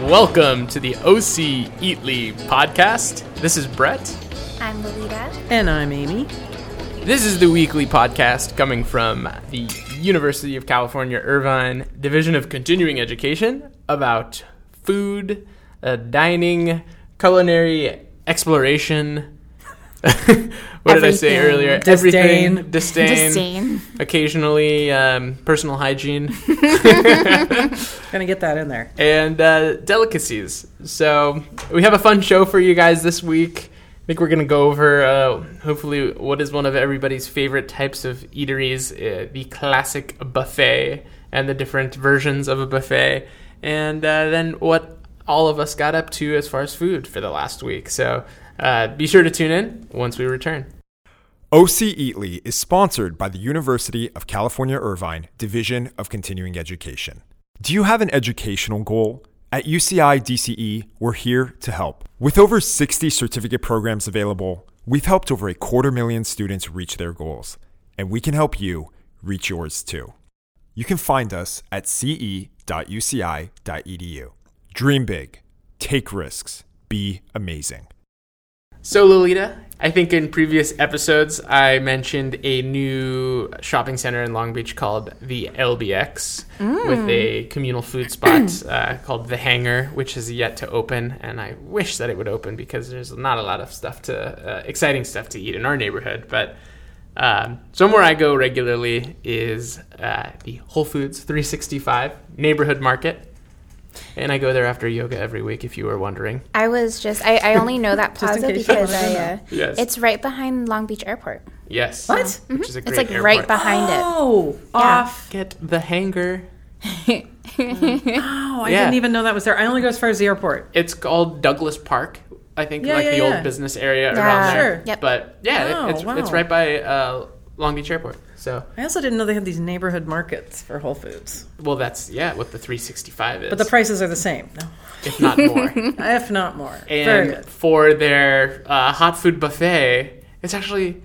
Welcome to the OC Eatly podcast. This is Brett. I'm Lolita. And I'm Amy. This is the weekly podcast coming from the University of California, Irvine Division of Continuing Education about food, uh, dining, culinary exploration. what did I say Everything. earlier? Disdain. Everything. Disdain. Disdain. Occasionally, um, personal hygiene. Gonna get that in there. and uh, delicacies. So we have a fun show for you guys this week. I think we're gonna go over uh, hopefully what is one of everybody's favorite types of eateries, uh, the classic buffet, and the different versions of a buffet, and uh, then what all of us got up to as far as food for the last week. So uh, be sure to tune in once we return. OC Eatly is sponsored by the University of California Irvine Division of Continuing Education. Do you have an educational goal? At UCI DCE, E, we're here to help. With over 60 certificate programs available, we've helped over a quarter million students reach their goals, and we can help you reach yours too. You can find us at ce.uci.edu. e Dream big, take risks, be amazing. So, Lolita, I think in previous episodes I mentioned a new shopping center in Long Beach called the LBX with a communal food spot uh, called The Hangar, which is yet to open. And I wish that it would open because there's not a lot of stuff to, uh, exciting stuff to eat in our neighborhood. But um, somewhere I go regularly is uh, the Whole Foods 365 neighborhood market. And I go there after yoga every week, if you were wondering. I was just, I, I only know that Just in plaza case you because wanted I, to uh, Yes. it's right behind Long Beach Airport. Yes. What? Which is a great Mm-hmm. It's like airport. right behind it. Oh, off. Get the hangar. Oh, I Yeah. didn't even know that was there. I only go as far as the airport. It's called Douglas Park. I think Yeah, like yeah, the yeah. old business area Yeah. around there. Sure. Yep. But yeah, it- Oh, it's it's wow. right by uh, Long Beach Airport. So I also didn't know they had these neighborhood markets for Whole Foods. well, that's yeah what the 365 is, But the prices are the same, no, if not more. if not more. Very and good. for their uh, hot food buffet, it's actually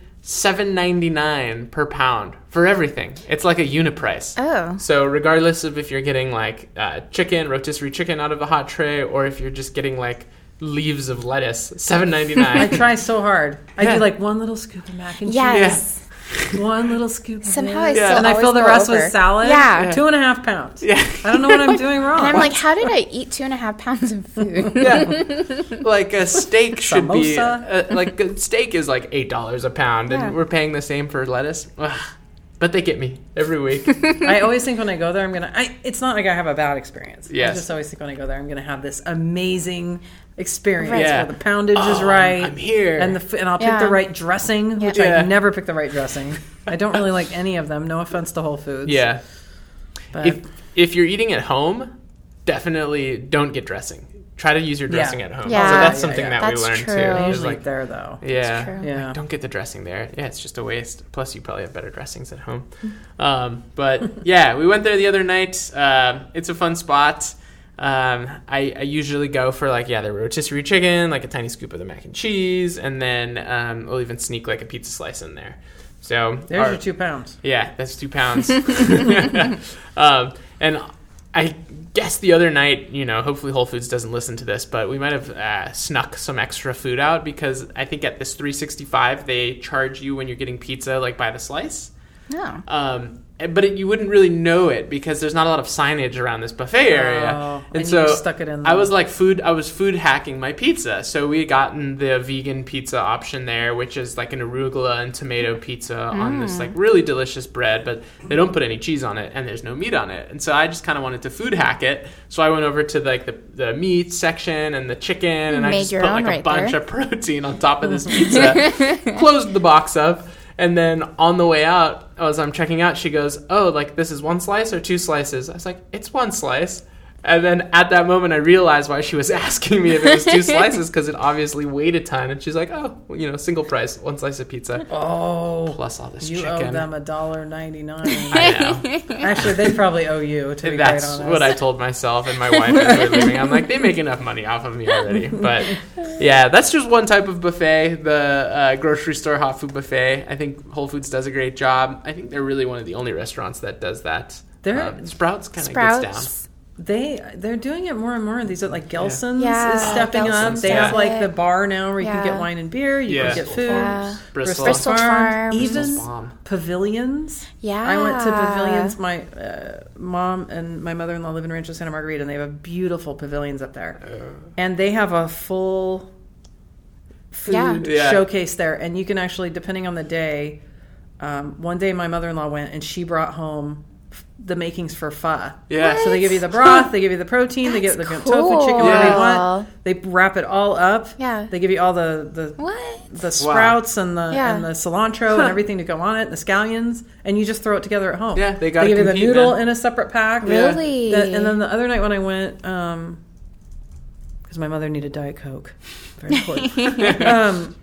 7.99 per pound for everything. It's like a uniprice. Oh. So regardless of if you're getting like uh, chicken, rotisserie chicken out of the hot tray, or if you're just getting like leaves of lettuce, seven ninety I nine. try so hard. I Yeah. do like one little scoop of mac and Yes. cheese, one little scoop. Of Somehow this, I still and I fill always the go rest over. with salad. Yeah. Yeah. two and a half pounds. Yeah. I don't know what I'm doing wrong. And I'm like, how did I eat two and a half pounds of food? like a steak should be uh, Samosa. like a steak is like eight dollars a pound, Yeah. and we're paying the same for lettuce. Ugh. But they get me every week. I always think when I go there, I'm gonna. I, it's not like I have a bad experience. Yes. I just always think when I go there, I'm gonna have this amazing experience Right. Yeah. where the poundage is Oh, right. I'm here. and the f- and I'll pick Yeah. the right dressing, which Yeah. I never pick the right dressing. I don't really like any of them. No offense to Whole Foods. yeah. but If if you're eating at home, definitely don't get dressing. Try to use your dressing Yeah. at home. Yeah. So Yeah, that's something yeah. that we That's learned true. too. Is usually like, like, there though. yeah. true. Yeah. Like, don't get the dressing there. Yeah, it's just a waste. Plus, you probably have better dressings at home. Um, but yeah, we went there the other night. Um, it's a fun spot. Um, I, I usually go for like yeah, the rotisserie chicken, like a tiny scoop of the mac and cheese, and then um, we'll even sneak like a pizza slice in there. So There's our- your two pounds. yeah, that's two pounds. um, and I guess the other night, you know, hopefully Whole Foods doesn't listen to this, but we might have uh, snuck some extra food out because I think at this 365 they charge you when you're getting pizza like by the slice. No. Um, but it, you wouldn't really know it because there's not a lot of signage around this buffet area, Oh, and you just stuck it in I there. was like food. I was food hacking my pizza. So we had gotten the vegan pizza option there, which is like an arugula and tomato pizza on this Mm. like really delicious bread, but they don't put any cheese on it and there's no meat on it. And so I just kind of wanted to food hack it. So I went over to like the, the meat section and the chicken, and I made just your put like own a right bunch there. of protein on top of this pizza. Closed the box up. And then on the way out, as I'm checking out, she goes, Oh, like this is one slice or two slices? I was like, It's one slice. And then at that moment, I realized why she was asking me if it was two slices because it obviously weighed a ton. And she's like, Oh, well, you know, single price, one slice of pizza Oh, plus all this you chicken. owe them a dollar ninety nine. I know. Actually, they probably owe you. To be That's quite honest. what I told myself and my wife as we were leaving. I'm like, they make enough money off of me already. But yeah, that's just one type of buffet, the uh, grocery store hot food buffet. I think Whole Foods does a great job. I think they're really one of the only restaurants that does that. They're- Um, Sprouts kind of gets down. Sprouts. They they're doing it more and more. These are like Gelson's Yeah. is stepping up. Gelson's They does have like it. the bar now where you can Yeah. get wine and beer. You Yeah. can get Bristol food. Yeah. Bristol. Bristol Farms. even Bristol's bomb. pavilions. Yeah. I went to pavilions. My uh, mom and my mother in law live in Rancho Santa Margarita, and they have beautiful pavilions up there. and they have a full food Yeah. Yeah. showcase there, and you can actually, depending on the day, um, one day my mother in law went and she brought home f- the makings for pho. Yeah. So they give you the broth, they give you the protein, they get the That's tofu, chicken, whatever you cool. want. They wrap it all up. Yeah. They give you all the the What? the sprouts and the Yeah. and the cilantro and everything to go on it, and the scallions, and you just throw it together at home. Yeah, they gotta give you the compete, noodle man. in a separate pack. Really? The- and then the other night when I went, um, because my mother needed diet coke, very important. um,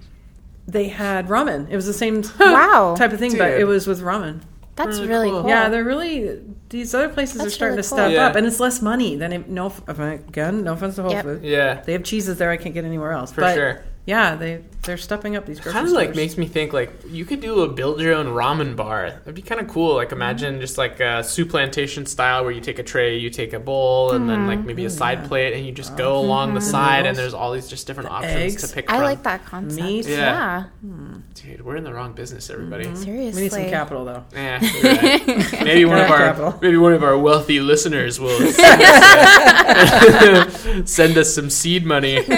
they had ramen. It was the same Wow. type of thing, but Dude. it was with ramen. That's really cool. Yeah, they're really these other places are Oh. That's starting really to cool. step Yeah. up, and it's less money than it, no. off- Again, no offense to Whole Yep. Foods. Yeah. They have cheeses there I can't get anywhere else. For but sure. Yeah, they they're stepping up these grocery Kind of like stores. makes me think like you could do a build your own ramen bar. That'd be kind of cool. Like imagine just like a soup plantation style where you take a tray, you take a bowl, and then like maybe a side plate, and you just go along the side. And there's all these just different options eggs. to pick I from. like that concept. Meat. Mm-hmm. Yeah. Yeah. Dude, we're in the wrong business, everybody. Seriously. We need some capital though. Yeah, you're right. maybe one of Yeah, our capital. maybe one of our wealthy listeners will send us, uh, send us some seed money.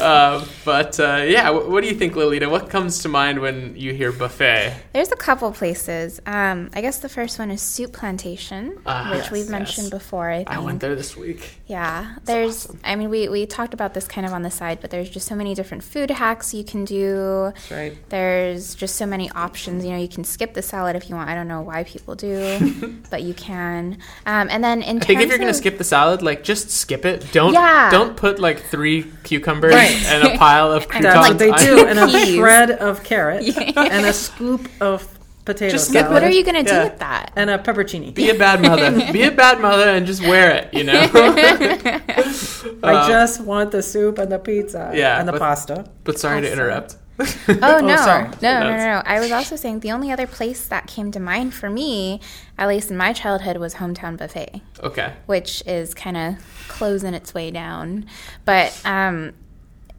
uh, but uh, yeah, what, what do you think, Lolita? What comes to mind when you hear buffet? There's a couple places. Um, I guess the first one is Soup Plantation, Ah, which yes, we've yes. mentioned before. I, think. I went there this week. Yeah, there's. I mean, we we talked about this kind of on the side, but there's just so many different food hacks you can do. right. There's just so many options. You know, you can skip the salad if you want. I don't know why people do, but you can. Um, and then in I think if you're terms gonna of- skip the salad, like just skip it. Don't Yeah. don't put like three cucumbers Right. and a pile of croutons. That's what they on- do, and a Peas. shred of carrot, and a scoop of potato Just get salad, what are you gonna Yeah. do with that? and a peppercini. Be a bad mother. Be a bad mother and just wear it. You know. I just want the soup and the pizza, Uh, Yeah, and the but- pasta. but sorry to interrupt. Oh, no. sorry. no, no, no, That's- no! I was also saying the only other place that came to mind for me, at least in my childhood, was hometown buffet. Okay. which is kind of closing its way down, but um,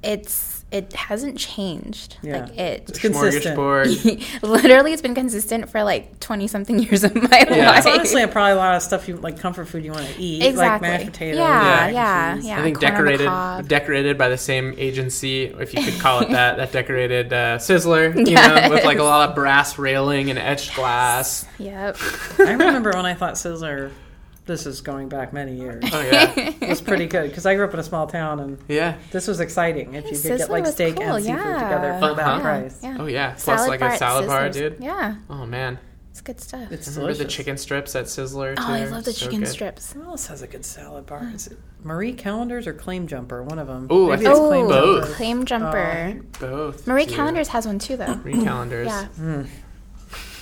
it's it hasn't changed. Yeah. Like it, Consistent. Smorgasbord. literally, it's been consistent for like twenty something years of my life. It's honestly probably a lot of stuff you like comfort food you want to eat, like exactly. mashed potatoes. yeah, mac yeah, yeah. I think corn on the decorated cob. decorated by the same agency, if you could call it that, that decorated uh, sizzler, you know, with like a lot of brass railing and etched glass. Yep. I remember when I thought Sizzler. This is going back many years. Oh yeah, It was pretty good because I grew up in a small town, and yeah. this was exciting if you could get Sizzler like was steak cool, and seafood yeah. together for Uh-huh. that price. Yeah. Oh yeah. Plus like bar a at salad bar, Sizzlers. dude. Yeah, Oh man, it's good stuff. It's remember delicious. the chicken strips at Sizzler? oh, I love the chicken strips. Who else has a good salad bar? Is it Marie Callender's or Claim Jumper? One of them. Ooh, I think it's it's Oh, both. claim jumper. Both. Marie dude. Callender's has one too, though. Uh, Marie Callender's. Yeah.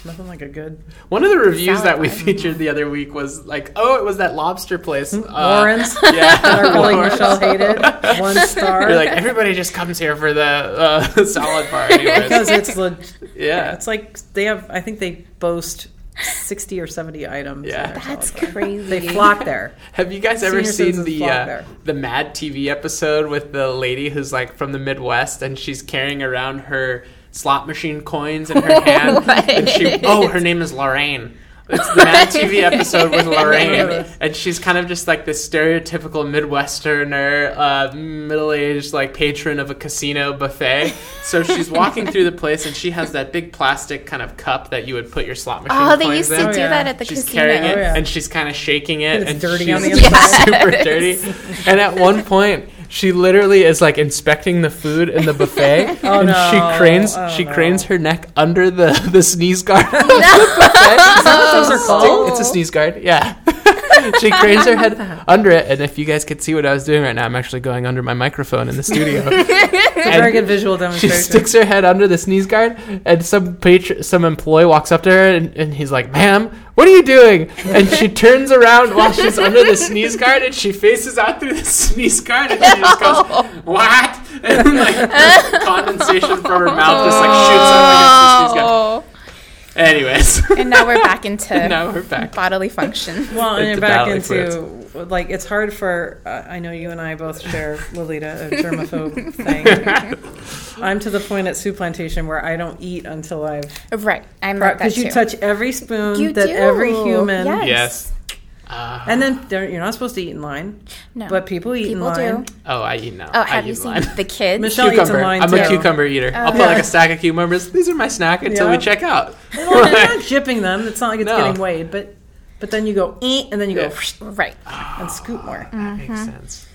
Nothing like a good One of the reviews Salad that we bar. featured the other week was like, oh, it was that lobster place. Mm, Uh, Warren's. Yeah. Our colleague Warren's. Michelle hated one star You're like everybody just comes here for the uh, salad bar, anyways. because it's le- yeah, It's like they have. I think they boast sixty or seventy items. Yeah. in their That's salad bar. crazy. They flock there. Have you guys ever Senior seen citizens the flock uh, there. the Mad TV episode with the lady who's like from the Midwest and she's carrying around her slot machine coins in her hand? And she oh, her name is Lorraine. It's the Mad TV episode with Lorraine, and she's kind of just like this stereotypical Midwesterner, uh, middle-aged like patron of a casino buffet. So she's walking through the place, and she has that big plastic kind of cup that you would put your slot machine. Oh, they coins used in to do yeah. that at the she's casino. carrying it Oh, yeah. and she's kind of shaking it It's and dirty she's on the super dirty and at one point she literally is like inspecting the food in the buffet Oh, and no. she cranes Oh, she no. cranes her neck under the the sneeze guard Those are called. it's a sneeze guard yeah she cranes her head under it and if you guys could see what i was doing right now i'm actually going under my microphone in the studio It's a very good visual she demonstration. sticks her head under the sneeze guard, and some patron, some employee walks up to her, and, and he's like, "Ma'am, what are you doing?" And she turns around while she's under the sneeze guard, and she faces out through the sneeze guard, and she just goes, "What?" Oh. And like the condensation from her mouth just like shoots out against the sneeze guard. Anyways, And now we're back into now we're back. bodily function. Well, and It's you're a back battle into like it's hard for. Uh, I know you and I both share Lolita, a germaphobe thing. I'm to the point at Soup Plantation where I don't eat until I've Right. I'm like that because too. you touch every spoon You that do. every human, Yes. Yes. Uh, and then they're- you're not supposed to eat in line, no. but people eat people in line. do. oh, I eat now. Oh, I have eat you seen lime. the kids? Michelle eats in Cucumber. line I'm too. a cucumber eater. I'll put like a stack of cucumbers. These are my snack until Yeah. we check out. Well, they're not jipping them. It's not like it's No. getting weighed, but but then you go eat and then you go Yeah. Right. and scoop more. Mm-hmm. That makes sense.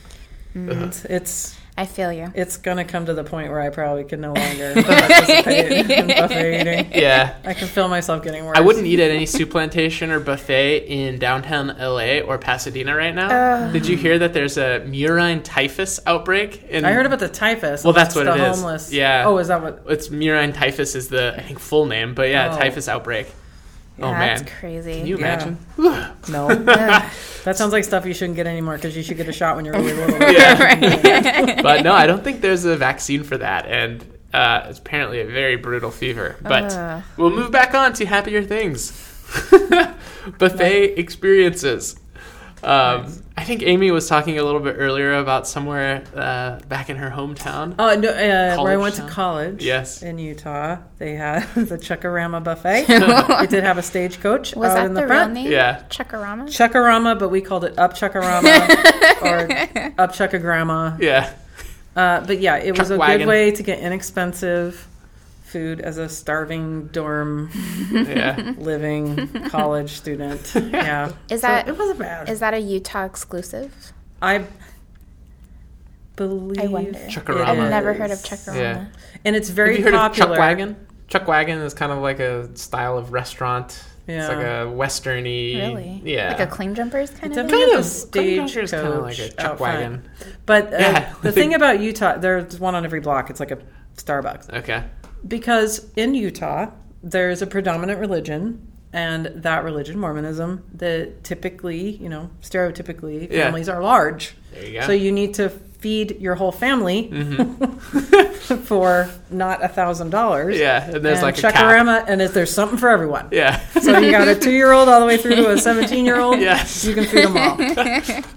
Uh-huh. It's, it's I feel you. it's gonna come to the point where I probably can no longer participate in buffet eating. Yeah. I can feel myself getting worse. I wouldn't eat at any soup plantation or buffet in downtown LA or Pasadena right now. Did you hear that there's a murine typhus outbreak? In, I heard about the typhus. Well, that's It's what the it is. Homeless. Yeah. Oh, is that what? It's murine typhus is the I think full name, but yeah, Oh. typhus outbreak. oh That's man, crazy. can you Yeah. imagine? No. that sounds like stuff you shouldn't get anymore because you should get a shot when you're really little. But no, I don't think there's a vaccine for that, and uh, it's apparently a very brutal fever. But Ugh. we'll move back on to happier things, buffet experiences. Um, I think Amy was talking a little bit earlier about somewhere uh, back in her hometown. Oh no, uh, where I College went to town. college. Yes. In Utah, they had the Chuckarama buffet. it did have a stagecoach Was out that in the, the, real front. name? Yeah. Chuckarama? Chuckarama, but we called it Up Chuckarama or Up Chuckagrama. Yeah, Uh, but yeah, it Chuck was a good wagon. way to get inexpensive food as a starving dorm yeah. living college student. Yeah. Is that- it wasn't bad. Is that a Utah exclusive? I believe I wonder. Chuckarama. I've Chuckarama. never heard of Chuckarama, Chuckarama. Yeah. And it's very Have you heard popular. of Chuck Wagon? Chuck Wagon is kind of like a style of restaurant. Yeah. It's like a westerny. Really? Yeah. Like a claim jumpers kind It's of a thing? kind of Claim Junction is stagecoach kinda like a out chuck front. wagon. But uh, Yeah. the thing about Utah, there's one on every block. It's like a Starbucks. Okay. because in Utah there's a predominant religion and that religion Mormonism that typically you know stereotypically Yeah. families are large There you go. so you need to feed your whole family for not a thousand dollars Mm-hmm. Yeah, and there's like a cap. Chuckarama, and is there's something for everyone Yeah. so you got a two-year-old all the way through to a 17-year-old Yes. you can feed them all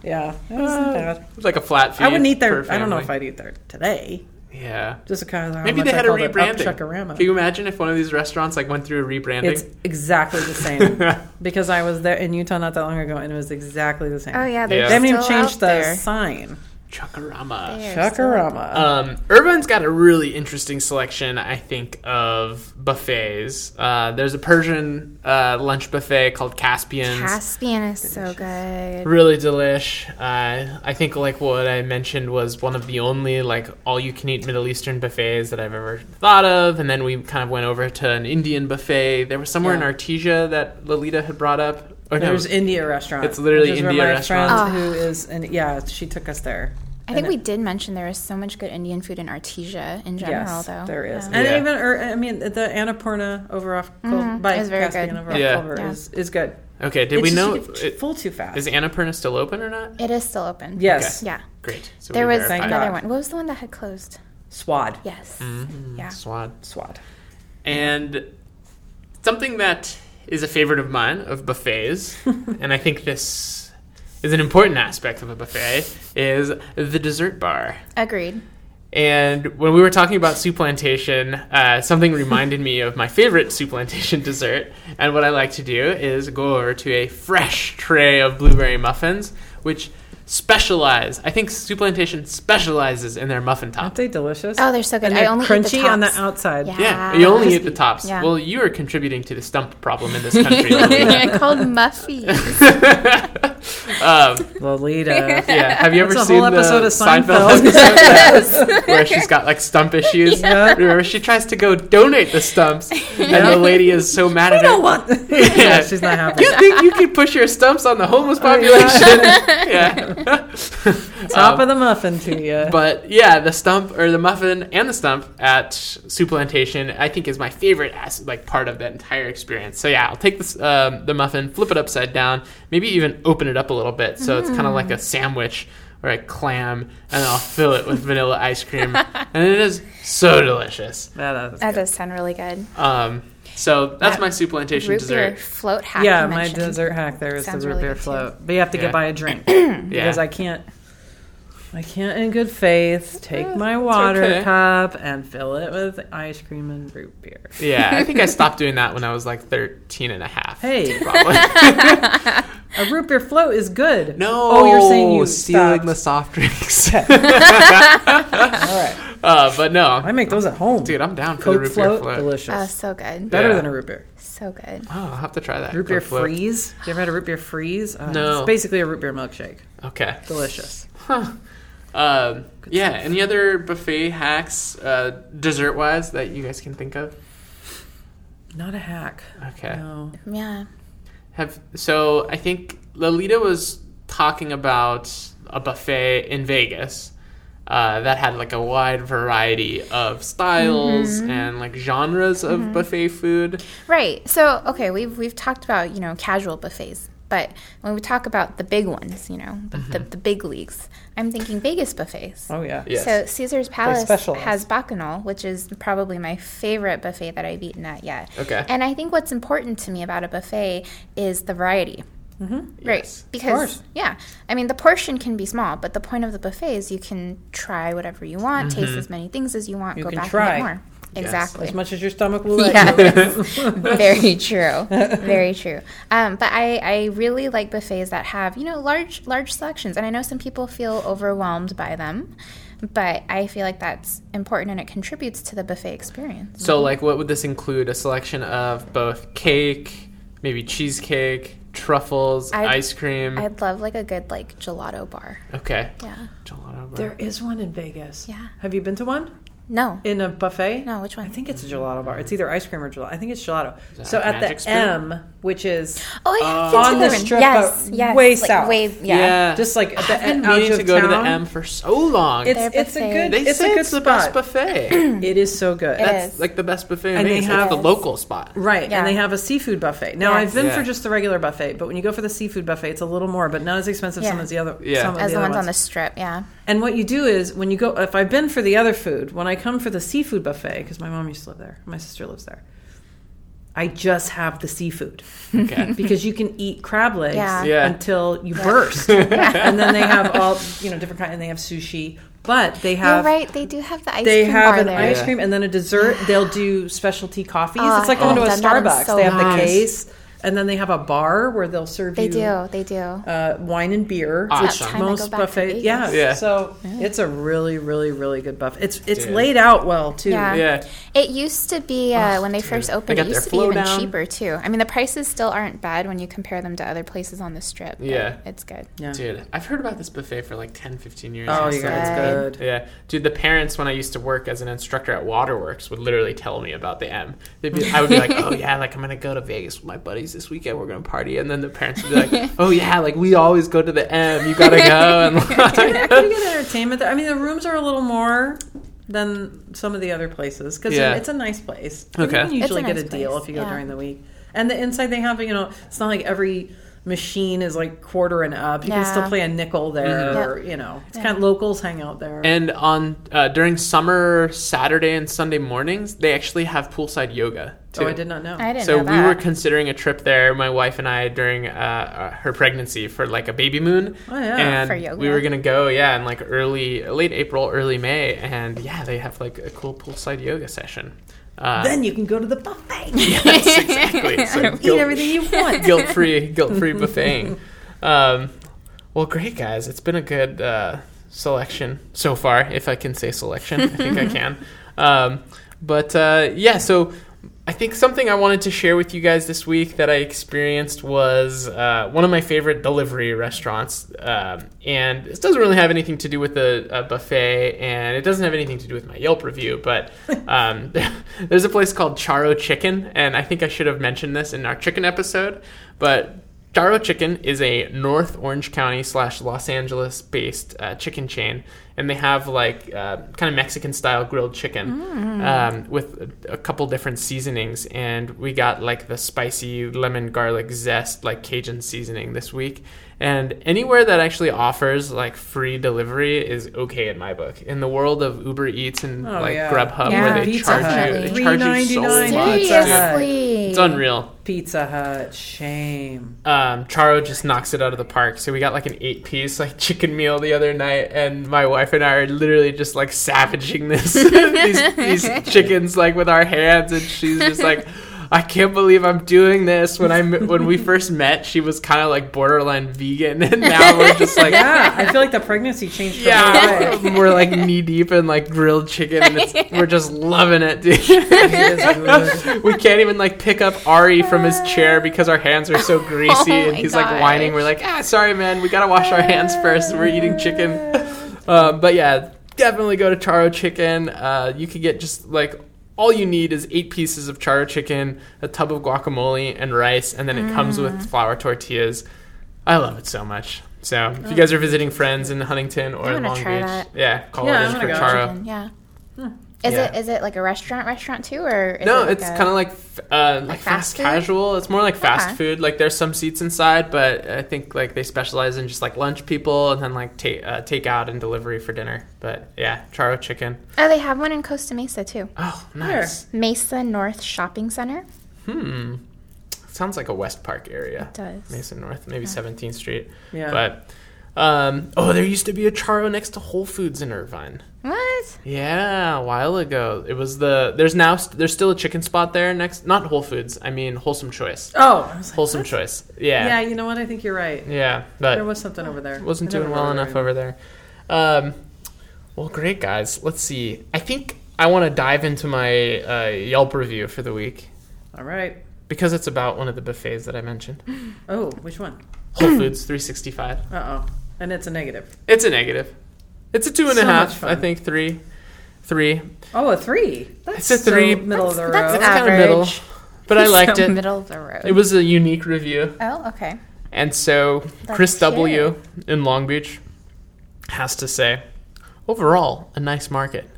yeah that wasn't bad It's like a flat fee. I wouldn't eat per there I don't know family. if I'd eat there today Yeah. just kind of how Maybe much they I had a called it, Up rebranding. Chuckarama. Can you imagine if one of these restaurants like went through a rebranding? It's exactly the same because I was there in Utah not that long ago, and it was exactly the same. Oh, yeah. They're Yeah. they haven't still even changed out the there. sign. Chuckarama. They are still- Chuckarama. Um, Irvine's got a really interesting selection, I think, of buffets. Uh, there's a Persian uh, lunch buffet called Caspian's. Caspian is so good. really delish. Uh, I think like what I mentioned was one of the only like all you can eat Middle Eastern buffets that I've ever thought of. And then we kind of went over to an Indian buffet. There was somewhere Yeah. in Artesia that Lolita had brought up. Or no, There's India restaurant. It's literally which is where India my restaurant. Friend who Oh. is and yeah, she took us there. I think we did mention there is so much good Indian food in Artesia in general, Yes, though. there is, Yeah. Mm-hmm. and Yeah. even or, I mean the Annapurna over off Cul- by it's very Caspian good. over off Yeah. Culver Yeah. is is good. okay, did It's we just know? you get It, full too fast? is Annapurna still open or not? It is still open. yes, Yeah. Great. So There we was verified. Thank another God. one. What was the one that had closed? Swad, Yes. Mm-hmm. Yeah. Swan. Swad. And something that is a favorite of mine of buffets, and I think this is an important aspect of a buffet, is the dessert bar. Agreed. And when we were talking about soup plantation, uh, something reminded me of my favorite soup plantation dessert. And what I like to do is go over to a fresh tray of blueberry muffins, which specialize. I think soup plantation specializes in their muffin Aren't top. they delicious? Oh, they're so good. And I they're only eat the crunchy on the tops. outside. Yeah. Yeah, you only Crispy. eat the tops. Ah, Yeah. Well, you are contributing to the stump problem in this country. Lolita. called Muffy. Lolita. Um, yeah, have you ever It's a seen whole the episode of Seinfeld, Seinfeld. episode where she's got like stump issues? Remember, she tries to go donate the stumps, and the lady is so mad at her. don't want. yeah, she's not happy. You think you can push your stumps on the homeless Oh, population? yeah. Top of the muffin to you. Um, But yeah, the stump or the muffin and the stump at Soup Plantation, I think, is my favorite as, like part of that entire experience. So yeah, I'll take this um, the muffin, flip it upside down, maybe even open it up a little bit, so it's kind of like a sandwich or a clam, and then I'll fill it with vanilla ice cream, and it is so delicious. That is That good. does sound really good. Um, so that's my soup plantation Root beer dessert. float hack. yeah, you my mentioned. dessert hack there is Sounds the root really beer good, too. float, but you have to Yeah. get by a drink because Yeah. I can't. I can't, in good faith, take my water okay. cup and fill it with ice cream and root beer. Yeah, I think I stopped doing that when I was like 13 and a half. Hey. probably. A root beer float is good. no. oh, you're saying you stealing stopped. the soft drinks. All right, uh, but no, I make those at home. dude, I'm down for the Coke root float, beer float. delicious, Oh, so good. better Yeah. than a root beer. So good. Oh, I'll have to try that. Root beer Coke float. freeze. You ever had a root beer freeze? Uh, No. It's basically a root beer milkshake. Okay. Delicious. Um, yeah. Any other buffet hacks, uh, dessert wise, that you guys can think of? Not a hack. Okay. No. Yeah. Have so I think Lolita was talking about a buffet in Vegas uh, that had like a wide variety of styles Mm-hmm. and like genres of buffet food. Right. So, okay, we've we've talked about you know casual buffets, but when we talk about the big ones, you know, the, Mm-hmm. the, the big leagues, I'm thinking Vegas buffets. Oh yeah. Yes. So Caesar's Palace specialize. has bacchanal, which is probably my favorite buffet that I've eaten at yet. Okay. And I think what's important to me about a buffet is the variety. Right. Yes. Because course. yeah, I mean the portion can be small, but the point of the buffet is you can try whatever you want, taste as many things as you want, go can back try. and get more. Exactly. As much as your stomach will let you. Yes. Very true. Very true. Um, but I, I really like buffets that have, you know, large large selections. And I know some people feel overwhelmed by them, but I feel like that's important and it contributes to the buffet experience. Mm-hmm. So like, what would this include? A selection of both cake, maybe cheesecake, truffles, I'd- ice cream. I'd love like a good like gelato bar. okay. Yeah. Gelato bar. There is one in Vegas. Yeah. Have you been to one No. in a buffet? No, which one? I think it's a gelato bar. It's either ice cream or gelato. I think it's gelato. that So at Magic the Spoon? M, which is oh, I have been on to the one. strip, yes, but yes, way like, south. Way, yeah. just like at the I've been out meaning of to go to the town, M for so long. It's Their it's a buffet. good they it's say a good it's the best spot. buffet. It is so good. It That's is. like the best buffet in And they Vegas. have- it's the local spot. Right, Yeah. and they have a seafood buffet. Now Yes. I've been Yeah. for just the regular buffet, but when you go for the seafood buffet, it's a little more, but not as expensive some Yeah. as the other. Yeah. some of As the the other ones on the strip, yeah. And what you do is when you go, if I've been for the other food, when I come for the seafood buffet, because my mom used to live there, my sister lives there, I just have the seafood Okay. because you can eat crab legs Yeah. Yeah. until you burst, and then they have all you know different kind, and they have sushi, but they have. You're right. They do have the ice They cream have bar an there. ice Yeah. cream and then a dessert. They'll do specialty coffees. Oh, it's like I going to a haven't done that in Starbucks. so they have long. the case, and then they have a bar where they'll serve They you do. They do. uh, wine and beer, Awesome. which About time I go most back to buffets, Vegas. Ah, yeah. Yeah. So it's a really, really, really good buffet. It's it's Dude. laid out well too. Yeah. Yeah. It used to be uh, when they first opened. Ah, got It their used to be flow even down. cheaper too. I mean, the prices still aren't bad when you compare them to other places on the strip. but Yeah. it's good. Yeah. Dude, I've heard about this buffet for like 10, 15 years. Oh, It's you guys, like- it's good. Yeah. Dude, the parents, when I used to work as an instructor at Waterworks, would literally tell me about the M. They'd be, I would be like, oh, yeah, like I'm going to go to Vegas with my buddies this weekend. We're going to party. And then the parents would be like, oh, yeah, like we always go to the M. You got to go. And like, Pretty good entertainment. there. I mean, the rooms are a little more than some of the other places because Yeah. it's a nice place. Okay. you can usually It's a get nice a deal place, if you go yeah. during the week. And the inside they have, you know, it's not like every machine is like quarter and up. You can Yeah. still play a nickel there, Yep. or you know, it's kind of locals hang out there. and on uh, during summer, Saturday and Sunday mornings, they actually have poolside yoga. Too. oh, I did not know. I didn't so know we were that. considering a trip there my wife and i during uh, uh, her pregnancy for like a baby moon Oh, yeah. and For yoga. we were gonna go yeah in like early late april early may and yeah they have like a cool poolside yoga session uh, then you can go to the buffet, yes, exactly so eat guilt, everything you want. guilt free guilt free buffeting um, well great guys it's been a good uh, selection so far if i can say selection i think i can um, but uh, yeah so I think something I wanted to share with you guys this week that I experienced was uh, one of my favorite delivery restaurants. Um, and this doesn't really have anything to do with the uh, buffet, and it doesn't have anything to do with my Yelp review, but um, there's a place called Charo Chicken, and I think I should have mentioned this in our chicken episode, but Charo Chicken is a North Orange County slash Los Angeles based uh, chicken chain, and they have like uh, kind of Mexican style grilled chicken um, with a, a couple different seasonings. And we got like the spicy lemon garlic zest, like Cajun seasoning this week. And anywhere that actually offers like free delivery is okay in my book. In the world of Uber Eats and Oh, like yeah. Grubhub, Yeah. where they Pizza charge Hut. you, they charge you so much. $3.99. Pizza Hut. Seriously. It's unreal. Pizza Hut, shame. um, Charo just knocks it out of the park. So we got like an eight piece like chicken meal the other night, and my wife and I are literally just like savaging this these, these chickens like with our hands, and she's just like. I can't believe I'm doing this. When I m- when we first met, she was kind of like borderline vegan, and now we're just like, Yeah, I feel like the pregnancy changed for her yeah, life. we're like knee deep in like grilled chicken, and it's, we're just loving it, dude. It is good. we can't even like pick up Ari from his chair because our hands are so greasy Oh and my he's like whining. gosh. We're like, ah, sorry, man. We gotta wash our hands first. We're eating chicken. Um, but yeah, definitely go to Charo Chicken. Uh, you can get just like all you need is eight pieces of Charo Chicken, a tub of guacamole, and rice, and then it comes with flour tortillas. I love it so much. So if you guys are visiting friends in Huntington or I wanna Long Beach, try that. yeah, call Yeah, I it in wanna for go. Charo. Yeah. Is Yeah. it is it like a restaurant restaurant too or is No, it like it's a- kind of like f- uh, like, fast, fast food? casual. It's more like fast Okay. food. Like there's some seats inside, but I think like they specialize in just like lunch people and then like take uh, takeout and delivery for dinner. But yeah, Charo Chicken. oh they have one in Costa Mesa too Oh, nice. Mesa North Shopping Center Hmm. Sounds like a West Park area. It does. Mason North, maybe 17th Street. Yeah. But um, oh, there used to be a Charo next to Whole Foods in Irvine. what Yeah, a while ago. It was the there's now st- there's still a chicken spot there next not Whole Foods. I mean Wholesome Choice. Oh, I was like, wholesome choice. yeah, Yeah, you know what? I think you're right. yeah, but There was something over there. wasn't I don't doing well remember. enough over there. Um, well, great guys. Let's see. I think I want to dive into my uh, Yelp review for the week All right. because it's about one of the buffets that I mentioned, Oh, which one? Whole Foods 365. Uh oh. And it's a negative. It's a negative. It's a two and a So half. much fun. I think three, three. Oh, a three. That's It's a three. So middle of the road. That's- It's that's- kind of middle, Average. but I liked So it. middle of the road It was a unique review. oh okay And so That's Chris cute. W in Long Beach has to say, overall, a nice market.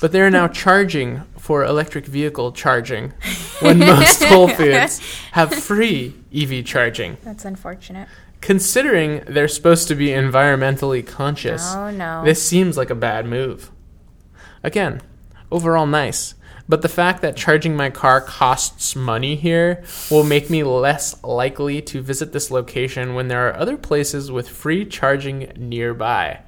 But they're now charging for electric vehicle charging when most Whole Foods have free EV charging, that's unfortunate considering they're supposed to be environmentally conscious. oh no This seems like a bad move. Again, overall nice, but the fact that charging my car costs money here will make me less likely to visit this location when there are other places with free charging nearby.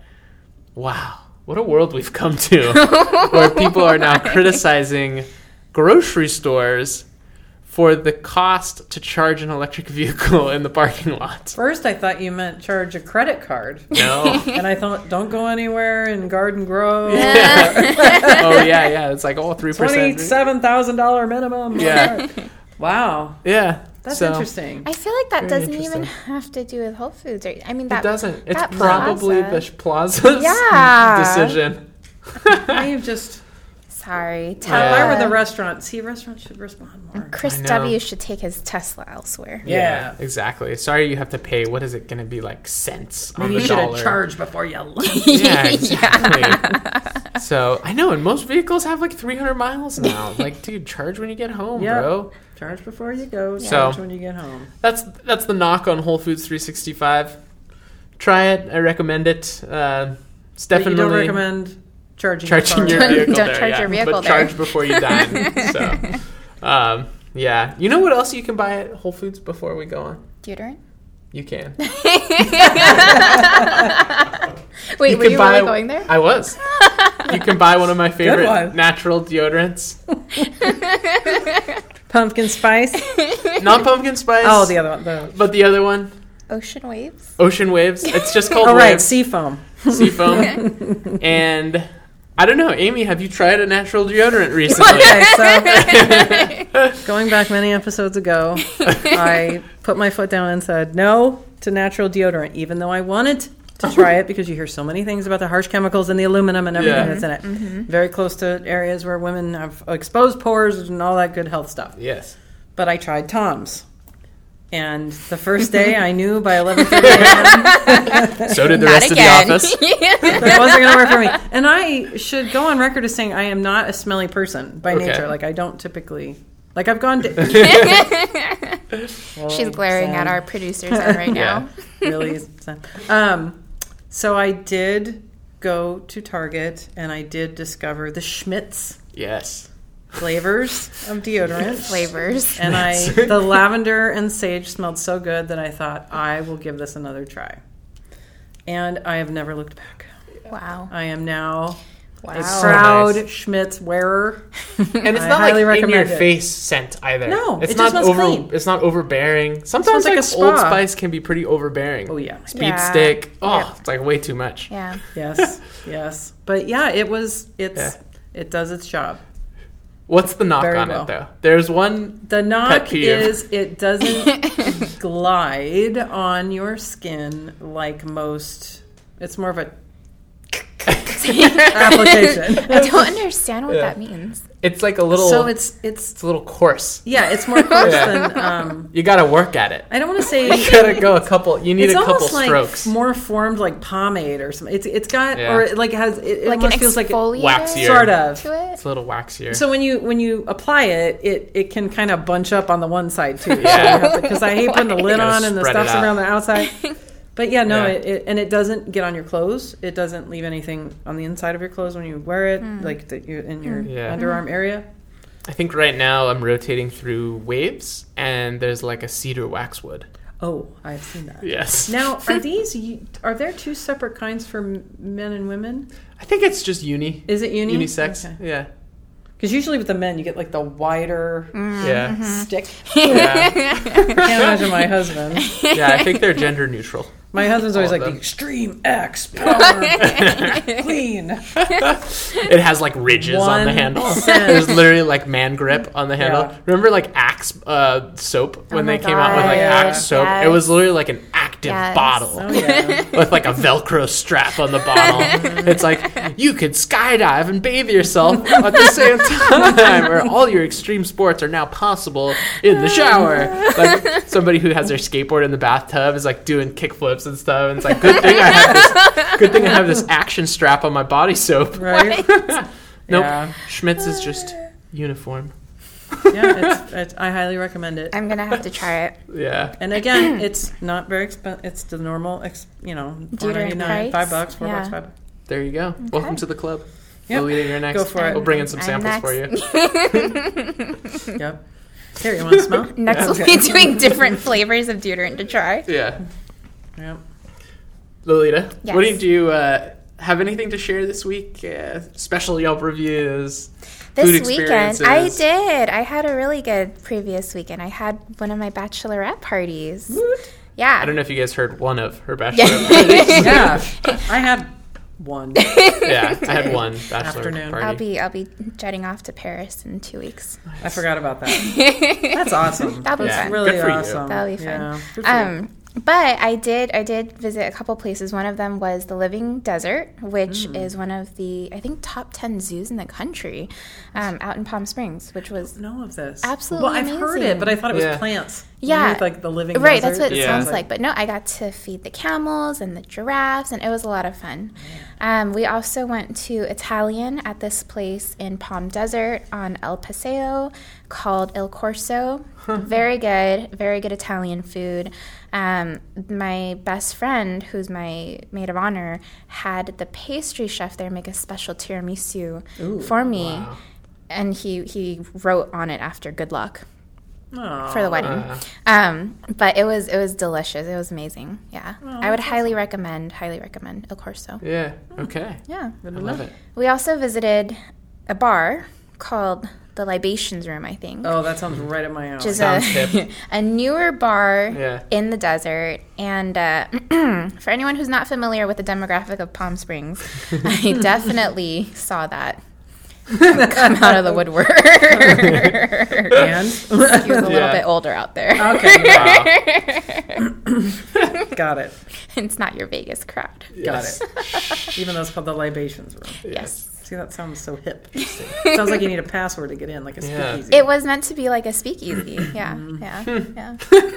Wow, what a world we've come to where people are now criticizing grocery stores for the cost to charge an electric vehicle in the parking lot. First, I thought you meant charge a credit card. No. and I thought, don't go anywhere in Garden Grove. oh yeah, yeah, it's like oh, 3%. Twenty-seven thousand dollar minimum. Yeah. Wow, Yeah. that's so- interesting. I feel like that Very doesn't even interesting. have to do with Whole Foods or I mean that It doesn't. It's that probably plaza- the sh- plaza's Yeah. decision. I have just. sorry If tell I were uh, the restaurant, see, restaurants should respond more. Chris I know. W should take his Tesla elsewhere Yeah. exactly. Sorry, you have to pay. What is it going to be like cents on Maybe you the should have dollar? charged before you left. Yeah, exactly. so I know, and most vehicles have like 300 miles now. like, dude, charge when you get home, Yeah. bro. Charge before you go. So- Charge when you get home. That's that's the knock on Whole Foods 365. Try it. I recommend it. Uh, it's But you definitely don't recommend charging. charging your car. Don't- vehicle don't there, charge yeah, your vehicle but there. charge before you dine. so, um, yeah, you know what else you can buy at Whole Foods before we go on? deodorant You can. wait you were can you buy, really going there I was. you can buy one of my favorite one. natural deodorants. pumpkin spice. Not pumpkin spice. Oh, the other one. The, But the other one, ocean waves Ocean Waves. It's just called all right, Waves sea foam. Seafoam. and I don't know, Amy, have you tried a natural deodorant recently? Okay, so going back many episodes ago, I put my foot down and said no to natural deodorant, even though I wanted to try it because you hear so many things about the harsh chemicals and the aluminum and everything Yeah. that's in it. Very close to areas where women have exposed pores and all that good health stuff. yes. But I tried Tom's. And the first day, I knew by 11:30 a.m. So did the Not rest again. of the office. that wasn't going to work for me. And I should go on record as saying I am not a smelly person by Okay. nature. Like I don't typically. Like I've gone. To, Oh, She's glaring at our producers right now. really is sad. Um, so I did go to Target and I did discover the Schmitz Yes. flavors of deodorant. Flavors. And I, the lavender and sage smelled so good that I thought I will give this another try. And I have never looked back. Wow. I am now Wow. proud nice. Schmitz wearer. And it's I not like in highly your recommend it. face scent either. No, it's it not just smells over. clean. It's not overbearing. Sometimes like like, a Old spa. Spice can be pretty overbearing. Oh yeah. Speed Yeah. stick. Oh, Yeah. it's like way too much. Yeah. Yes. yes. But yeah, it was. It's. Yeah. It does its job. What's the knock Very on well. it though? There's one. The knock peeve. is it doesn't glide on your skin like most. It's more of a application. I don't understand what that means. It's like a little. so it's, it's it's a little coarse. yeah, it's more coarse Yeah. than um. You gotta work at it. I don't want to say You gotta go a couple. You need it's a couple almost like strokes. more formed like pomade or something. It's it's got Yeah. or it like has it, it Like an almost feels like it, exfoliator waxier. sort of. to it. it's a little waxier. So when you when you apply it, it it can kind of bunch up on the one side too. Yeah. Because I hate putting the lid Gotta on and the spread it stuff's out. around the outside. But yeah, no, Yeah. It, it and it doesn't get on your clothes. It doesn't leave anything on the inside of your clothes when you wear it, Hmm. like the, you, in your Yeah. underarm area. I think right now I'm rotating through waves, and there's like a cedar waxwood. Oh, I've seen that. Yes. Now, are these you- are there two separate kinds for m- men and women? I think it's just uni. Is it uni? Unisex. Yeah. Because usually with the men, you get like the wider Mm-hmm. Mm-hmm. Yeah. stick. yeah. Can't imagine my husband. Yeah. I think they're gender neutral. My husband's always All of like the them. extreme X power clean. Oh, It has like ridges on the One handle. cent. There's literally like man grip on the handle. Yeah. Remember like Axe uh, soap when Oh my they came out with like God. Axe soap? It was Yes. literally like an active Yes. bottle Oh yeah. with like a Velcro strap on the bottle. it's like you could skydive and bathe yourself at the same time, where all your extreme sports are now possible in the shower. Like somebody who has their skateboard in the bathtub is like doing kickflips and stuff. And it's like good thing I have this. Good thing I have this action strap on my body soap. Right? Nope. Yeah. Schmitz is just uniform. Yeah, it's, it's, I highly recommend it. I'm gonna have to try it. Yeah. And again, it's not very expensive. It's the normal, ex- you know, four ninety nine, price? five bucks, four Yeah. bucks, five. bucks. There you go. Welcome to the club. Yep. Lolita, you're next. Go for it. We'll bring in some I'm samples next. for you. Yep. Here, you want to smell? Next, we'll be doing different flavors of deodorant to try. Yeah. Yep. Lolita, Yes. what did you uh, have anything to share this week? Uh, special Yelp reviews, This food weekend, I experiences. did. I had a really good previous weekend. I had one of my bachelorette parties. Yeah. I don't know if you guys heard one of her bachelor. Yeah, I had one. yeah, I had one bachelor Afternoon. party. I'll be I'll be jetting off to Paris in two weeks. I forgot about that. That's awesome. That'll be Yeah. fun. Really Good for you. awesome. That'll be fun. Yeah. Good for you. Um, but I did I did visit a couple places. One of them was the Living Desert, which Mm. is one of the I think top ten zoos in the country, um, out in Palm Springs, which was know of this. Absolutely Well, I've heard it, amazing. but I thought it was Yeah. plants. Yeah. With, like the living. Right, that's desert, what it Yeah. sounds like. But no, I got to feed the camels and the giraffes, and it was a lot of fun. Um, we also went to Italian at this place in Palm Desert on El Paseo called Il Corso. very good, very good Italian food. Um, my best friend, who's my maid of honor, had the pastry chef there make a special tiramisu for me. And he, he wrote on it after good luck Aw. Oh, for the wedding. Um, but it was it was delicious. It was amazing. Yeah, Oh, I would highly recommend. Highly recommend El Corso. yeah. Okay. Yeah. I love it. We also visited a bar called the Libations Room. I think. Oh, that sounds right at my house. Which is Sounds a, hip. a newer bar Yeah. in the desert. And uh, for anyone who's not familiar with the demographic of Palm Springs, I definitely saw that come out of the woodwork. He and was a little Yeah. Uh, bit older out there. okay, Wow. got it. it's not your Vegas crowd. Got it. Even though it's called the libations room. Yes. See, that sounds so hip. sounds like you need a password to get in, like a Yeah. speakeasy. It was meant to be like a speakeasy. Yeah, yeah, Hmm. yeah.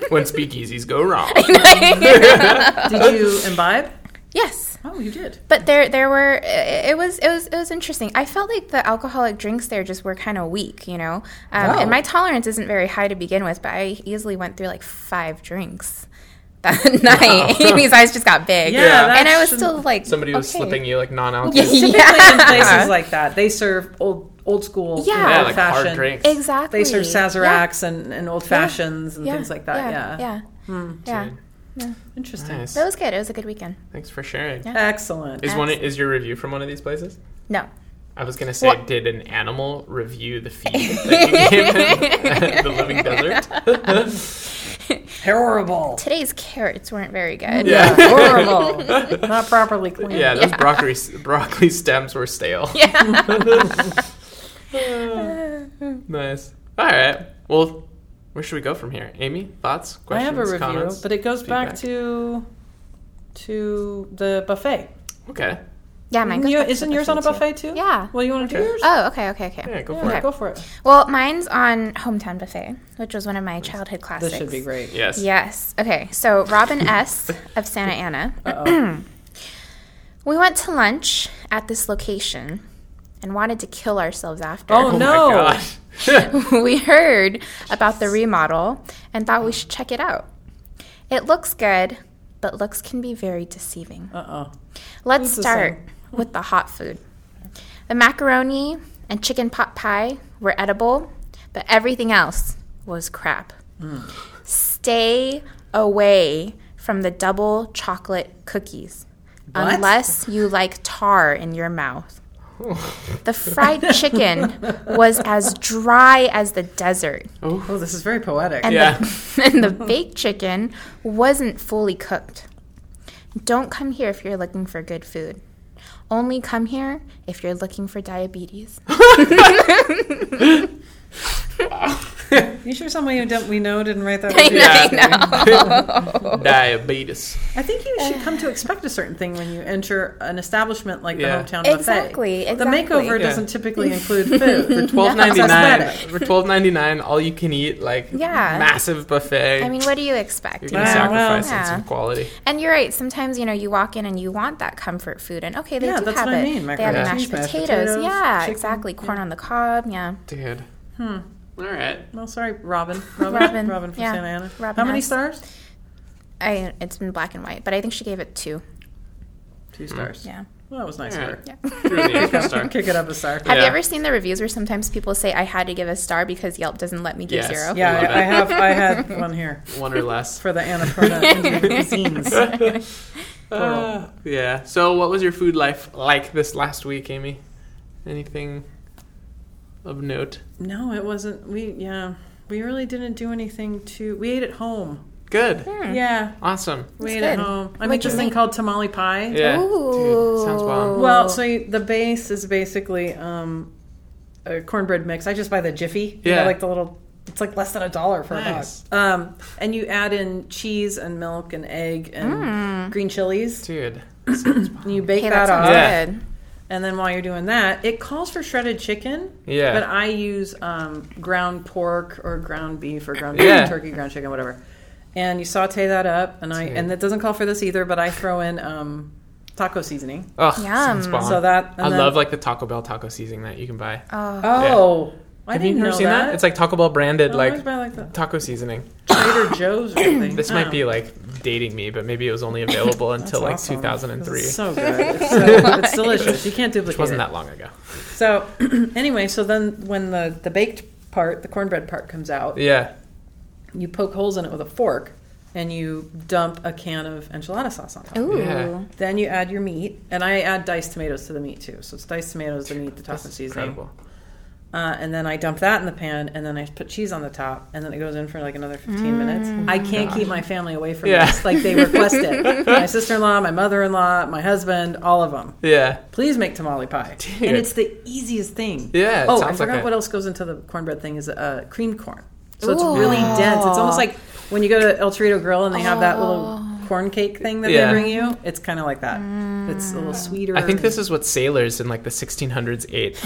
when speakeasies go wrong. Did you imbibe? yes. Oh, you did. But there, there were. It it was, it was, it was interesting. I felt like the alcoholic drinks there just were kind of weak, you know. Um, Oh. And my tolerance isn't very high to begin with, but I easily went through like five drinks that night. Amy's eyes just got big. Yeah, Yeah. and I was that's- still like Somebody was okay. slipping you like non-alcoholic. Yeah, Typically in places like that, they serve old old school, Uh-huh. Yeah. Yeah, old like fashioned. hard drinks. exactly. They serve Yeah. sazeracs and, and old fashions and things like that. Yeah, Hmm. Yeah. Yeah. interesting. Nice. That was good. It was a good weekend. Thanks for sharing. Excellent. Is one is your review from one of these places? No. I was gonna say, What? did an animal review the feed that you gave him? the living desert? Terrible. Today's carrots weren't very good. Yeah. Horrible. Not properly cleaned. Yeah, those broccoli broccoli stems were stale. Yeah. nice. All right. Well, where should we go from here? Amy, thoughts, I questions, have a review, comments? but it goes back feedback? to to the buffet. okay. Yeah, mine. goes You- back to isn't the yours on a buffet, too. buffet too? Yeah. Well, you want to do Okay. yours? Oh, okay, okay, okay. Yeah, go for yeah, it. go for it. Well, mine's on Hometown Buffet, which was one of my childhood classics. This should be great. Yes. Yes. Okay. So Robin S. of Santa Ana. we went to lunch at this location and wanted to kill ourselves after. Oh, Oh no. my gosh. we heard about the remodel and thought we should check it out. It looks good, but looks can be very deceiving. Uh oh. Let's Who's the start with the hot food. The macaroni and chicken pot pie were edible, but everything else was crap. Stay away from the double chocolate cookies What? unless you like tar in your mouth. The fried chicken was as dry as the desert, Oh, this is very poetic. and, yeah. the, and the baked chicken wasn't fully cooked. Don't come here if you're looking for good food. Only come here if you're looking for diabetes. you sure somebody who don't we know didn't write that? I review? Diabetes. I think you should come to expect a certain thing when you enter an establishment like Yeah. the hometown buffet. Exactly, The exactly. makeover Yeah. doesn't typically include food. Twelve ninety nine. Cosmetic. For twelve ninety nine, all you can eat, like Yeah. massive buffet. I mean, what do you expect? you're you gonna Wow, know? well, sacrifice on yeah. some quality. And you're right. Sometimes you know you walk in and you want that comfort food, and okay, they Yeah, do that's have what I it. mean, They have macaroni and mashed cheese, mashed potatoes. potatoes, yeah, chicken, exactly. Corn on the cob. Yeah. Dude. Hmm. All right. Well, sorry, Robin. Robin. Robin, from yeah. Santa Ana. Robin Mm, How many S. stars? I it's in black and white, but I think she gave it two. Two stars. Yeah. Well, that was nice All of right. her. Threw the extra star. Kick it up a star. Have Yeah. you ever seen the reviews where sometimes people say I had to give a star because Yelp doesn't let me give Yes. zero? Yeah, Love I, I it. have. I had one here One or less. for the Annapurna Indian cuisines. Uh, yeah. So, what was your food life like this last week, Amy? Anything of note? No, it wasn't. We yeah, we really didn't do anything to. We ate at home. Good. Yeah, Awesome. we That's ate at good. home. I What'd made you this thing make? called tamale pie. Yeah. Oh. Dude, sounds Ooh. bomb. Well, so you, the base is basically um, a cornbread mix. I just buy the Jiffy. You know, Yeah. like the little. It's like less than a dollar for Nice. a box. Um, and you add in cheese and milk and egg and Hmm. green chilies. Dude. And you bake Hey, that that sounds off. Yeah. good. And then while you're doing that, it calls for shredded chicken. Yeah. But uh, I use um, ground pork or ground beef or ground Yeah. turkey, ground chicken, whatever. And you saute that up, and I and it doesn't call for this either, but I throw in um, taco seasoning. Oh, Yum. sounds bomb. So that and I then- love like the Taco Bell taco seasoning that you can buy. Oh, I Have you didn't never know seen that? that. Oh, It's like Taco Bell branded I always like buy like the taco seasoning. Trader Joe's or something. This Oh. might be like dating me, but maybe it was only available until like awesome. 2003, It's which so good. It's, so, it's delicious. You can't duplicate wasn't it. that long ago. So anyway, so then when the the baked part, the cornbread part comes out, Yeah. you poke holes in it with a fork, and you dump a can of enchilada sauce on top. Ooh. Yeah. Then you add your meat, and I add diced tomatoes to the meat too. So it's diced tomatoes, the meat, the taco That's seasoning, incredible. Uh, and then I dump that in the pan, and then I put cheese on the top, and then it goes in for like another 15 minutes. I can't keep my family away from Yeah. this. Like they request it. my sister in law, my mother in law, my husband, all of them. Yeah. Please make tamale pie. Dude. And it's the easiest thing. Yeah, it oh, I sounds like forgot a- what else goes into the cornbread thing is uh, cream corn. So it's really dense. It's almost like when you go to El Torito Grill and they have that little corn cake thing that Yeah. Mm. they bring you. It's kind of like that. It's a little sweeter. I think Hmm. this is what sailors in like the 1600s ate.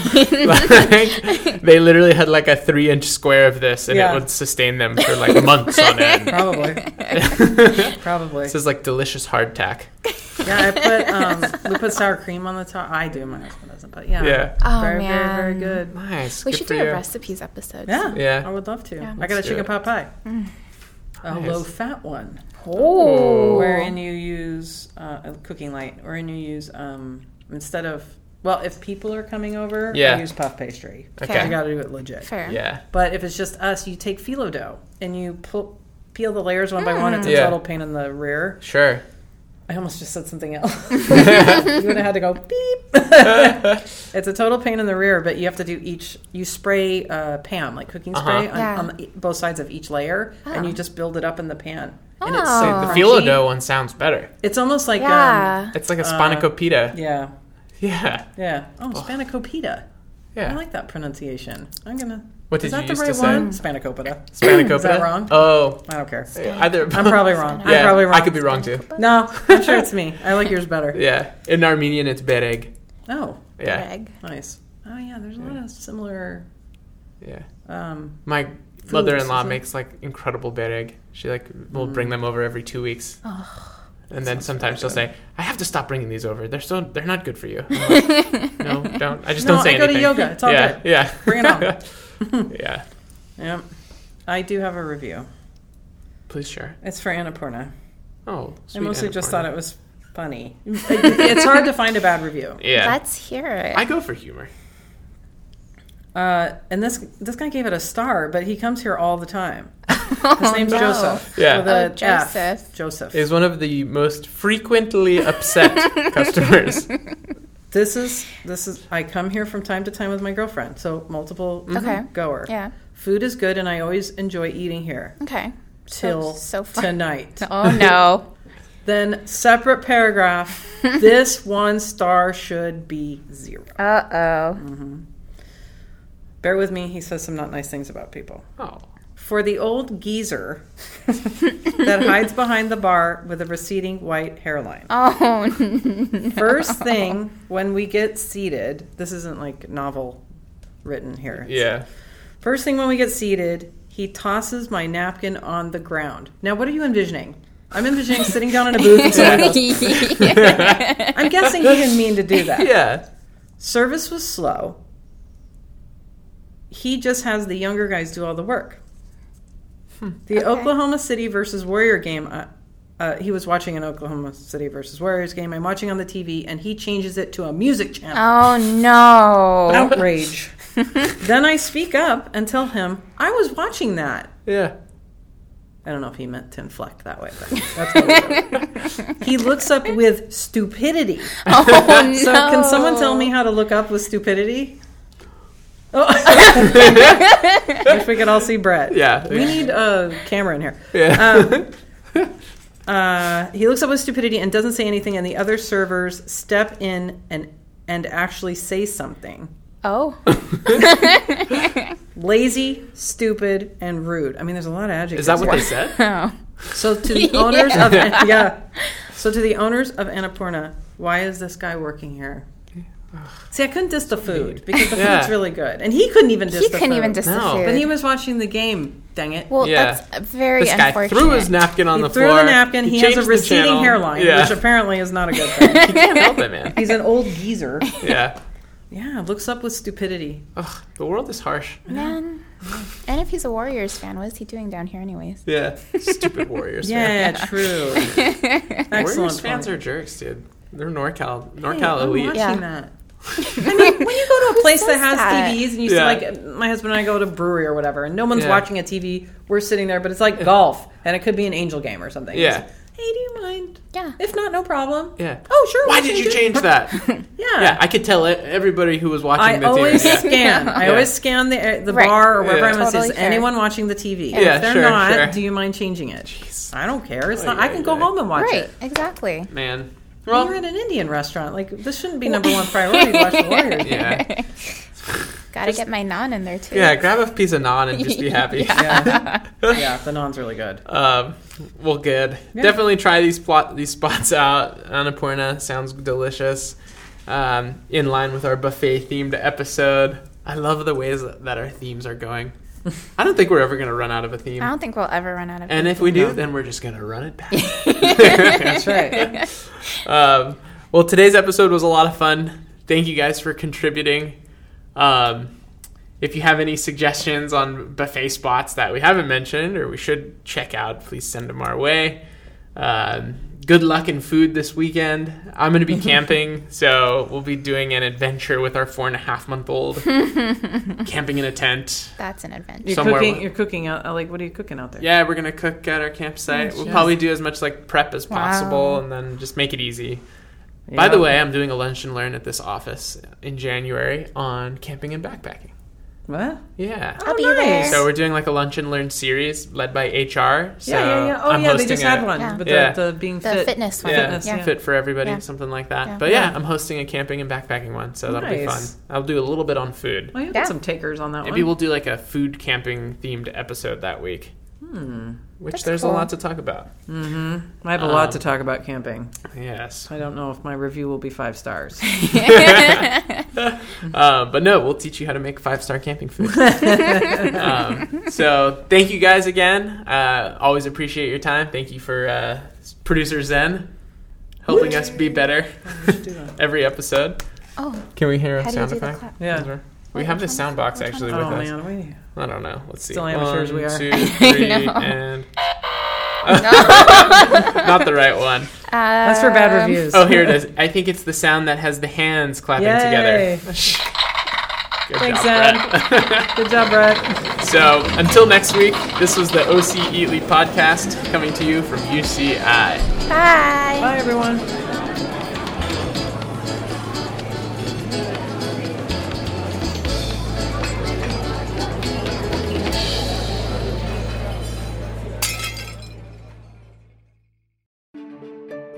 Like, they literally had like a three inch square of this and Yeah. it would sustain them for like months on end. probably probably. This is like delicious hardtack. Yeah, I put um, we put sour cream on the top. I do. My husband doesn't, but yeah, Yeah. Oh, very man. very very good. Nice. We Good should for do you. a recipes episode. Yeah, Yeah. I would love to. I got a Let's do chicken it. pot pie, a Nice. low fat one, Oh. wherein you use uh, a cooking light, wherein you use um, instead of well, if people are coming over, you Yeah. use puff pastry. Okay. you got to do it legit. Fair. Yeah. But if it's just us, you take phyllo dough and you pull, peel the layers one by one. It's a Yeah. total pain in the rear. Sure. I almost just said something else. you would have had to go beep. it's a total pain in the rear, but you have to do each. You spray uh, Pam like cooking Uh-huh. spray on, Yeah. on the, both sides of each layer, and you just build it up in the pan. And it's so Oh. The Crunchy. phyllo dough one sounds better. It's almost like yeah, um, Yeah. It's like a spanakopita. yeah, Yeah. yeah. Oh, spanakopita. I Yeah. like that pronunciation. I'm gonna. What did is that you the used right to one? say? Spanakopita. Spanakopita. Is that wrong? Oh. I don't care. Either. I'm probably wrong. Yeah, I'm probably wrong. I could be wrong too. No, I'm sure it's me. I like yours better. Yeah. In Armenian, it's bereg. Oh, Yeah. Egg. nice. Oh yeah, there's a lot of similar. Yeah. Um, My mother-in-law isn't- makes like incredible bereg. She like will Mm. bring them over every two weeks. and then sometimes she'll say, "I have to stop bringing these over. They're so they're not good for you." I'm like, no, don't. I just No, don't say I go to anything. yoga. It's all yeah, good. Yeah. Bring it yeah. yep. I do have a review. Please share. It's for Annapurna. Oh, sweet I mostly just Annapurna. thought it was funny. it's hard to find a bad review. Yeah. Let's hear it. I go for humor. Uh, and this this guy gave it a star, but he comes here all the time. His name's Oh, no. Joseph. Yeah. with a Oh, F. Joseph. Joseph. Is one of the most frequently upset customers. this is this is. I come here from time to time with my girlfriend, so multiple Okay. goer. Mm-hmm. Yeah. Food is good, and I always enjoy eating here. Okay. till so far. tonight. Oh no. Then separate paragraph. this one star should be zero. Uh oh. Bear with me. He says some not nice things about people. Oh, For the old geezer that hides behind the bar with a receding white hairline. Oh First thing when we get seated, this isn't like novel written here. yeah. First thing when we get seated, he tosses my napkin on the ground. Now, what are you envisioning? I'm envisioning sitting down in a booth. And someone goes, I'm guessing he didn't mean to do that. Yeah. Service was slow. He just has the younger guys do all the work. The Oklahoma City versus Warrior game. Uh, uh, he was watching an Oklahoma City versus Warriors game. I'm watching on the TV, and he changes it to a music channel. oh no. Outrage. then I speak up and tell him I was watching that. Yeah. I don't know if he meant to inflect that way, but that's what he did. he looks up with stupidity. Oh So no. can someone tell me how to look up with stupidity? Oh. Wish we could all see Brett. Yeah. We need a camera in here. Um, Yeah. Uh, he looks up with stupidity and doesn't say anything, and the other servers step in and and actually say something. Oh. Lazy, stupid, and rude. I mean, there's a lot of Is adjectives. that what here. they said? Oh. So to the owners of yeah. So to the owners of Annapurna, why is this guy working here? See, I couldn't diss the food because the Yeah. food's really good, and he couldn't even diss. He the couldn't food. even diss the No. food. But he was watching the game. Dang it! well, Yeah. that's very This guy unfortunate. threw his napkin on he the threw floor. the napkin. He, has a changed the receding channel. hairline, Yeah. which apparently is not a good thing. he can't help it, man. He's an old geezer. Yeah. Yeah, looks up with stupidity. Ugh, the world is harsh. Man. And if he's a Warriors fan, what is he doing down here, anyways? Yeah. Stupid Warriors. fan. Yeah, true. Excellent Warriors fans point. are jerks, dude. They're NorCal, Hey, NorCal I'm elite. watching Yeah. that. I mean, when you go to a place that says has that? TVs and you Yeah. see, like, my husband and I go to a brewery or whatever, and no one's Yeah. watching a TV. We're sitting there, but it's like golf, and it could be an angel game or something. Yeah. It's, hey, do you mind? Yeah. If not, no problem. Yeah. Oh, sure. Why we did can you do- change that? Yeah. yeah, I could tell it, everybody who was I watching the always TV. Yeah. scan. I Yeah. always scan the the Right. bar or wherever Yeah. I'm at. Totally Is fair. anyone watching the TV? And Yeah, if they're sure, not, sure. Oh, do you mind changing it? I don't care. It's not. Oy, I can oy, go oy. home and watch Right, it. exactly. Man. You're Well, at an Indian restaurant. Like this shouldn't be number one priority. to Watch the Warriors. yeah. Gotta get my naan in there too. Yeah, grab a piece of naan and just be happy. Yeah. yeah, the naan's really good. Um, well, good. Definitely try these plot these spots out. Annapurna sounds delicious. Um, in line with our buffet themed episode, I love the ways that our themes are going. I don't think we're ever gonna run out of a theme, I don't think we'll ever run out of. and it. if we do, then we're just gonna run it back. That's right. um, well, today's episode was a lot of fun. Thank you guys for contributing. Um, if you have any suggestions on buffet spots that we haven't mentioned or we should check out, please send them our way. Um, good luck in food this weekend. I'm going to be camping, so we'll be doing an adventure with our four and a half month old, camping in a tent. That's an adventure. You're Somewhere cooking. with- You're cooking out. uh, Like, what are you cooking out there? Yeah, we're gonna cook at our campsite. We'll probably do as much like prep as possible, and then just make it easy. By the Yeah. way, I'm doing a lunch and learn at this office in January on camping and backpacking. What? Yeah. I'll be Oh, nice. there. So we're doing like a lunch and learn series led by HR. So yeah, yeah, yeah. Oh, I'm yeah. They hosting just had a- one Yeah. with Yeah. the, the being the fit. fitness one. Yeah, Yeah. Fitness, yeah. fit for everybody, Yeah. something like that. Yeah. But yeah, Yeah. I'm hosting a camping and backpacking one, so that'll be fun. Nice. I'll do a little bit on food. Oh, you Yeah. got some takers on that Maybe one. we'll do like a food camping themed episode that week. Hmm. Which That's there's a cool. lot to talk about. I have a um, lot to talk about camping. Yes. I don't know if my review will be five stars. Uh, but no, we'll teach you how to make five star camping food. um, so thank you guys again. Uh, always appreciate your time. Thank you for uh, producer Zen helping us be better every episode. Oh, Can we hear a how do you sound do the effect? clap? yeah. We have this sound box actually with Oh us. man, Um, we. I don't know. Let's see. Still One, amateurs we are. two, I three, know. and not the right one. That's for bad reviews. Oh, here it is. I think it's the sound that has the hands clapping Yay. together. Good job, Thanks, Zen. Brett. Good job, Brett. So until next week, this was the OC Eatley podcast coming to you from UCI. Bye. Bye, everyone.